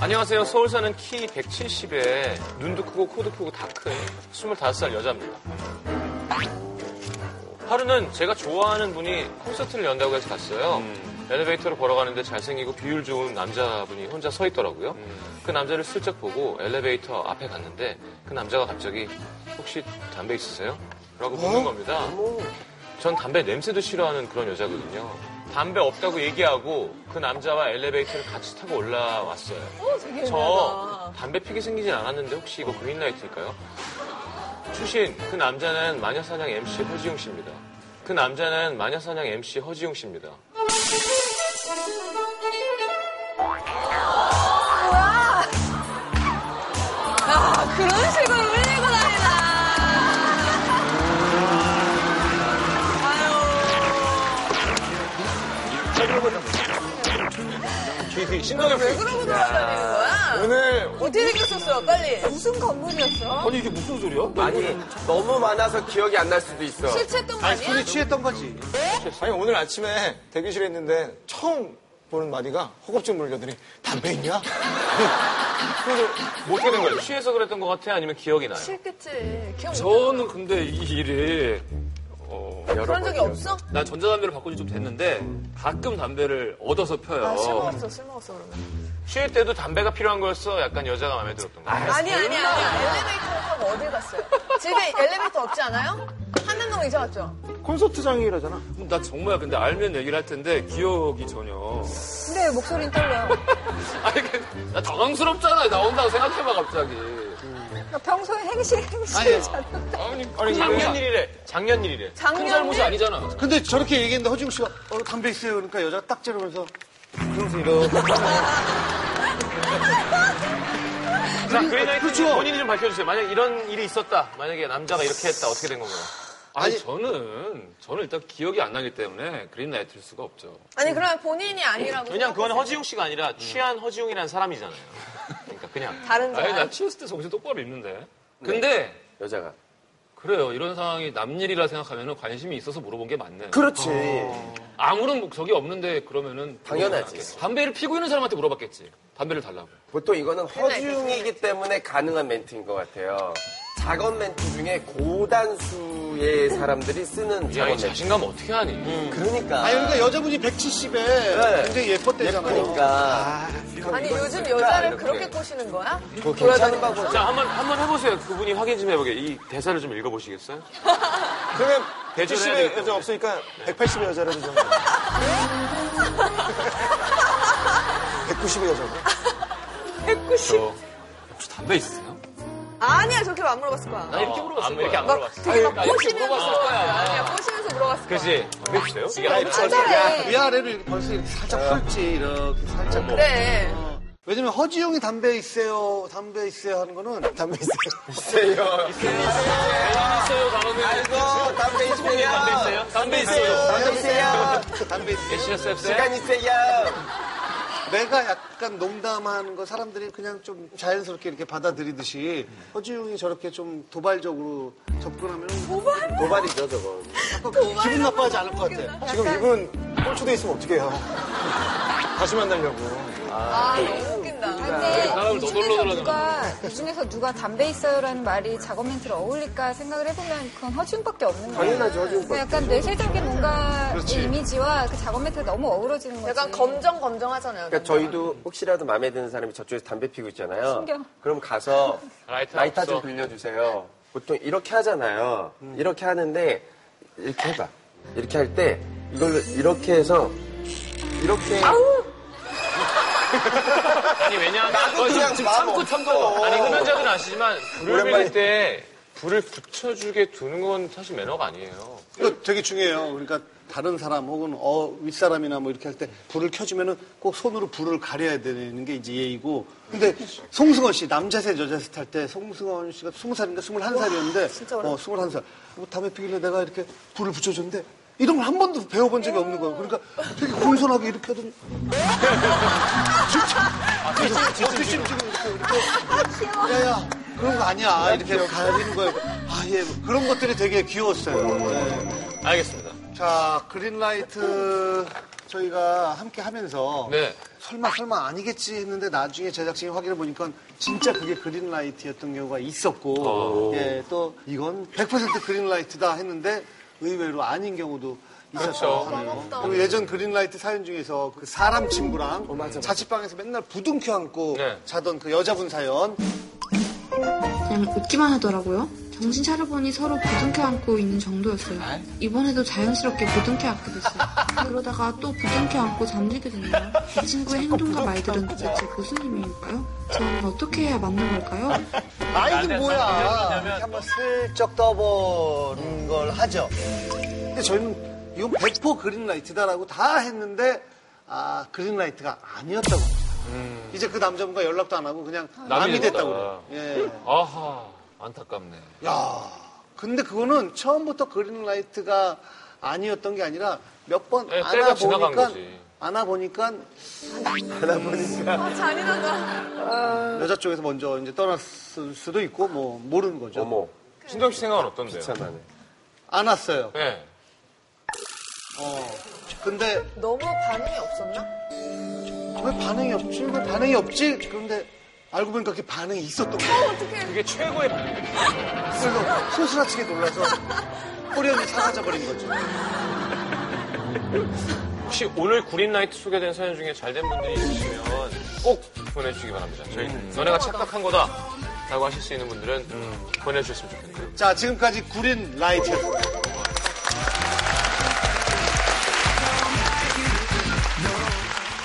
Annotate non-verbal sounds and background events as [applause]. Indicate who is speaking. Speaker 1: 안녕하세요. 서울 사는 키 170에 눈도 크고 코도 크고 다 큰 25살 여자입니다. 하루는 제가 좋아하는 분이 콘서트를 연다고 해서 갔어요. 엘리베이터로 걸어가는데 잘생기고 비율 좋은 남자분이 혼자 서 있더라고요. 그 남자를 슬쩍 보고 엘리베이터 앞에 갔는데 그 남자가 갑자기 혹시 담배 있으세요? 라고 묻는 겁니다. 전 담배 냄새도 싫어하는 그런 여자거든요. 담배 없다고 얘기하고 그 남자와 엘리베이터를 같이 타고 올라왔어요.
Speaker 2: 어, 되게
Speaker 1: 저
Speaker 2: 유명하다.
Speaker 1: 담배 피기 생기진 않았는데 혹시 이거 그린라이트일까요? 출신 그 남자는 마녀사냥 MC 허지웅 씨입니다. 그 남자는 마녀사냥 MC 허지웅 씨입니다.
Speaker 2: 아, 그런 식으로 흘리고 다니나.
Speaker 1: 신동엽
Speaker 2: 왜 그러고 돌아다니는 거야?
Speaker 3: 오늘
Speaker 2: 어떻게 생겼었어요, 빨리? 무슨 건물이었어?
Speaker 3: 아니 이게 무슨 소리야?
Speaker 4: 아니 너무 많아서 기억이 안 날 수도 있어.
Speaker 2: 술 취했던 거
Speaker 5: 아니,
Speaker 2: 아니야?
Speaker 5: 술이 취했던 거지.
Speaker 3: 아니 오늘 아침에 대기실에 있는데 처음 보는 마디가 허겁지겁 물려더니 담배 있냐?
Speaker 1: 뭐 어떻게 된 거예요? 취해서 그랬던 것 같아? 아니면 기억이 나요?
Speaker 2: 싫겠지. 기억 못
Speaker 6: 저는 근데 이 일이 어,
Speaker 2: 나. 그런 적이 없어?
Speaker 6: 나 전자담배를 바꾼 지 좀 됐는데 가끔 담배를 얻어서 펴요.
Speaker 2: 아, 술 먹었어, 술 먹었어, 그러면.
Speaker 1: 취할 때도 담배가 필요한 거였어? 약간 여자가 마음에 들었던 거예요?
Speaker 2: 아니, 아니, 아니. 엘리베이터를 타고 어딜 갔어요? 집에 엘리베이터 없지 않아요? 한남동 이사 갔죠?
Speaker 5: 콘서트장이라잖아.
Speaker 6: 나 정말 근데 알면 얘기를 할 텐데 기억이 전혀.
Speaker 2: 근데 목소리는 떨려요.
Speaker 6: 아니 근데 나 당황스럽잖아 나온다고 생각해봐 갑자기.
Speaker 2: 그러니까 평소에 행실, 행실이잖아.
Speaker 1: 아니, 작년 일이래. 작년 일이래.
Speaker 6: 큰
Speaker 2: 작년에
Speaker 6: 잘못이 아니잖아.
Speaker 5: 근데 저렇게 얘기했는데 허지웅 씨가 어, 담배 있어요. 그러니까 여자가 딱 째려면서 그러면서 이렇게.
Speaker 1: 자, 그린라이트 그
Speaker 5: 그렇죠.
Speaker 1: 본인이 좀 밝혀주세요. 만약 이런 일이 있었다. 만약에 남자가 이렇게 했다. 어떻게 된 건가요?
Speaker 6: 아니,
Speaker 5: 아니-
Speaker 6: 저는 저는 일단 기억이 안 나기 때문에 그린라이트일 수가 없죠.
Speaker 2: 아니, 그러면 본인이 아니라고.
Speaker 1: 왜냐면 그건
Speaker 2: 생각하세요.
Speaker 1: 허지웅 씨가 아니라 취한 허지웅이라는 사람이잖아요. 그러니까 그냥.
Speaker 4: 음.
Speaker 2: 다른
Speaker 6: 아니 나
Speaker 2: 사람.
Speaker 6: 취했을 때 정신 똑바로
Speaker 1: 네.
Speaker 6: 입는데. 근데
Speaker 4: 여자가.
Speaker 6: 그래요 이런 상황이 남일이라 생각하면 관심이 있어서 물어본 게 맞네.
Speaker 5: 그렇지.
Speaker 6: 아무런 적이 없는데 그러면은
Speaker 4: 당연하지.
Speaker 6: 물어보지 않겠어. 담배를 피고 있는 사람한테 물어봤겠지. 담배를 달라고.
Speaker 4: 보통 이거는 허중이기 때문에 가능한 멘트인 것 같아요. 작업 멘트 중에 고단수의 사람들이 쓰는
Speaker 1: 야, 이
Speaker 4: 작업 멘트.
Speaker 1: 자신감 어떻게 하니?
Speaker 4: 그러니까.
Speaker 5: [laughs] 아니 그러니까 여자분이 170에 굉장히 네. 예뻤대잖아요.
Speaker 4: 그러니까.
Speaker 2: 아니, 요즘 여자를
Speaker 4: 이렇게.
Speaker 2: 그렇게 꼬시는 거야?
Speaker 4: 뭐 괜찮은 거 보자.
Speaker 1: 자, 한번, 한번 해보세요. 그분이 확인 좀 해보게. 이 대사를 좀 읽어보시겠어요?
Speaker 3: 그러면
Speaker 1: 대전에
Speaker 3: 170에 여자 없으니까 180의 여자라도 좀.
Speaker 5: [laughs]
Speaker 3: 190의 여자고.
Speaker 2: 190.
Speaker 6: 혹시 담배 있으세요?
Speaker 2: 아니야, 저렇게 안 물어봤을 거야.
Speaker 6: 나 이렇게 물어봤을
Speaker 1: 안, 이렇게 안
Speaker 6: 거야.
Speaker 1: 물어봤어.
Speaker 2: 되게 막
Speaker 6: 나 이렇게
Speaker 2: 꼬시면서
Speaker 6: 물어봤을
Speaker 2: 물어봤을 거야. 아니야, 꼬시면서 물어봤을 거야.
Speaker 1: 그지? 보세요. 이게
Speaker 2: 아,
Speaker 1: 아니라
Speaker 2: 진짜래.
Speaker 5: 위아래로 이렇게 벌써 이렇게 살짝 펼지 이렇게 살짝.
Speaker 2: 그래.
Speaker 5: 어. 왜냐면 허지웅이 담배 있어요, 담배 있어요 하는 거는 [laughs] 담배 있어요.
Speaker 1: 있어요, 다음에.
Speaker 4: 아이고, 담배
Speaker 1: 담배
Speaker 4: 있어요.
Speaker 1: 있어요? 담배 있어요.
Speaker 4: 담배 있어요.
Speaker 5: [laughs] 담배 있어요.
Speaker 1: 예시였어요?
Speaker 4: 시간 있어요.
Speaker 5: 내가 약간 농담하는 거 사람들이 그냥 좀 자연스럽게 이렇게 받아들이듯이 허지웅이 저렇게 좀 도발적으로 접근하면 도발?
Speaker 4: 도발이죠, 뭐 저거.
Speaker 5: 기분 나빠하지 않을 것 같아.
Speaker 3: 지금 이분 꼴초돼 있으면 어떡해요. 다시 만나려고.
Speaker 2: 아, 너무 웃긴다.
Speaker 6: 사람을 네, 더 놀러 들어가잖아.
Speaker 7: 이 중에서 누가 담배 있어요라는 말이 작업 멘트로 어울릴까 생각을 해보면 그건 허지웅밖에 없는 거예요.
Speaker 4: 당연하죠, 허지웅밖에.
Speaker 7: 그러니까 약간 뇌세적인 뭔가 의 이미지와 그 작업 멘트가 너무 어우러지는 거지.
Speaker 2: 약간 검정 검정 하잖아요.
Speaker 4: 그러니까 저희도 혹시라도 마음에 드는 사람이 저쪽에서 담배 피고 있잖아요.
Speaker 7: 신기하다.
Speaker 4: 그럼 가서
Speaker 1: [laughs] 라이터
Speaker 4: 라이터
Speaker 1: 없어.
Speaker 4: 좀 빌려주세요. 보통 이렇게 하잖아요.
Speaker 1: 음.
Speaker 4: 이렇게 하는데 이렇게 해봐. 이렇게 할 때 이걸로 이렇게 해서 이렇게
Speaker 1: 아니, 왜냐하면.
Speaker 3: 나도 그냥 마음
Speaker 1: 참고 참고. 아니, 흡연자들은 아시지만, 불을
Speaker 4: 오랜만에.
Speaker 1: 빌릴 때, 불을 붙여주게 두는 건 사실 매너가 아니에요.
Speaker 5: 이거 되게 중요해요. 그러니까 다른 사람 혹은 어, 윗사람이나 뭐 이렇게 할 때 불을 켜주면은 꼭 손으로 불을 가려야 되는 게 이제 예의고. 근데 송승헌 씨, 남자세 여자세 탈 때 송승헌 씨가 20살인가 21살이었는데
Speaker 2: 진짜
Speaker 5: 어,
Speaker 2: 어려워.
Speaker 5: 21살. 뭐 담배 피길래 내가 이렇게 불을 붙여줬는데 이런 걸 한 번도 배워본 적이 없는 거예요. 그러니까 되게 공손하게 이렇게 하더니 [laughs]
Speaker 2: 아,
Speaker 5: 진짜 뒷심 아, 어, 지금 이렇게 이렇게 야야 그런 거 아니야 이렇게 가리는 거예요. 아예 그런 것들이 되게 귀여웠어요. 네.
Speaker 1: 알겠습니다.
Speaker 5: 자, 그린라이트 저희가 함께 하면서
Speaker 6: 네.
Speaker 5: 설마 설마 아니겠지 했는데 나중에 제작진이 확인해 보니까 진짜 그게 그린라이트였던 경우가 있었고 예, 또 이건 100% 그린라이트다 했는데 의외로 아닌 경우도 있었죠.
Speaker 2: 까먹었다.
Speaker 5: 그리고 예전 그린라이트 사연 중에서 그 사람 친구랑 자취방에서 맨날 부둥켜 안고
Speaker 6: 네.
Speaker 5: 자던 그 여자분 사연
Speaker 8: 그냥 웃기만 하더라고요. 정신 차려보니 서로 부둥켜 안고 있는 정도였어요. 이번에도 자연스럽게 부둥켜 안게 됐어요. 그러다가 또 부둥켜 안고 잠들게 됐네요. 이 친구의 행동과 말들은 도대체 무슨 의미일까요? 저는 어떻게 해야 맞는 걸까요?
Speaker 5: 아이들 뭐야. 이렇게 한번 슬쩍 떠보는 걸 하죠. 근데 저희는 이건 100% 그린라이트다라고 다 했는데, 아, 그린라이트가 아니었다고. 이제 그 남자분과 연락도 안 하고 그냥 남이
Speaker 6: 남이
Speaker 5: 됐다고
Speaker 6: 됐다.
Speaker 5: 그래요. 예.
Speaker 6: 아하, 안타깝네.
Speaker 5: 야 근데 그거는 처음부터 그린라이트가 아니었던 게 아니라 몇 번
Speaker 6: 네, 때가 지나간
Speaker 5: 안아보니까,
Speaker 6: 거지.
Speaker 5: 안아보니까
Speaker 2: [laughs] 아, 잔인하다.
Speaker 5: 여자 쪽에서 먼저 이제 떠났을 수도 있고, 뭐, 모르는 거죠.
Speaker 4: 어머,
Speaker 1: 신정 씨 생각은 어떤데요?
Speaker 4: 참하네.
Speaker 5: 안았어요.
Speaker 1: 네.
Speaker 5: 어. 근데
Speaker 2: 너무 반응이 없었나?
Speaker 5: 왜 반응이 없지? 왜 반응이 없지? 그런데 알고 보니까 그게 반응이 있었던 거예요.
Speaker 1: 그게 최고의
Speaker 5: 그래서 소스라치게 놀라서 호련이 사라져버린 거죠.
Speaker 1: 혹시 오늘 구린라이트 소개된 사연 중에 잘된 분들이 있으시면 꼭 보내주시기 바랍니다. 저희 너네가 착각한 거다 라고 하실 수 있는 분들은 보내주셨으면 좋겠네요.
Speaker 5: 자, 지금까지 구린 라이트.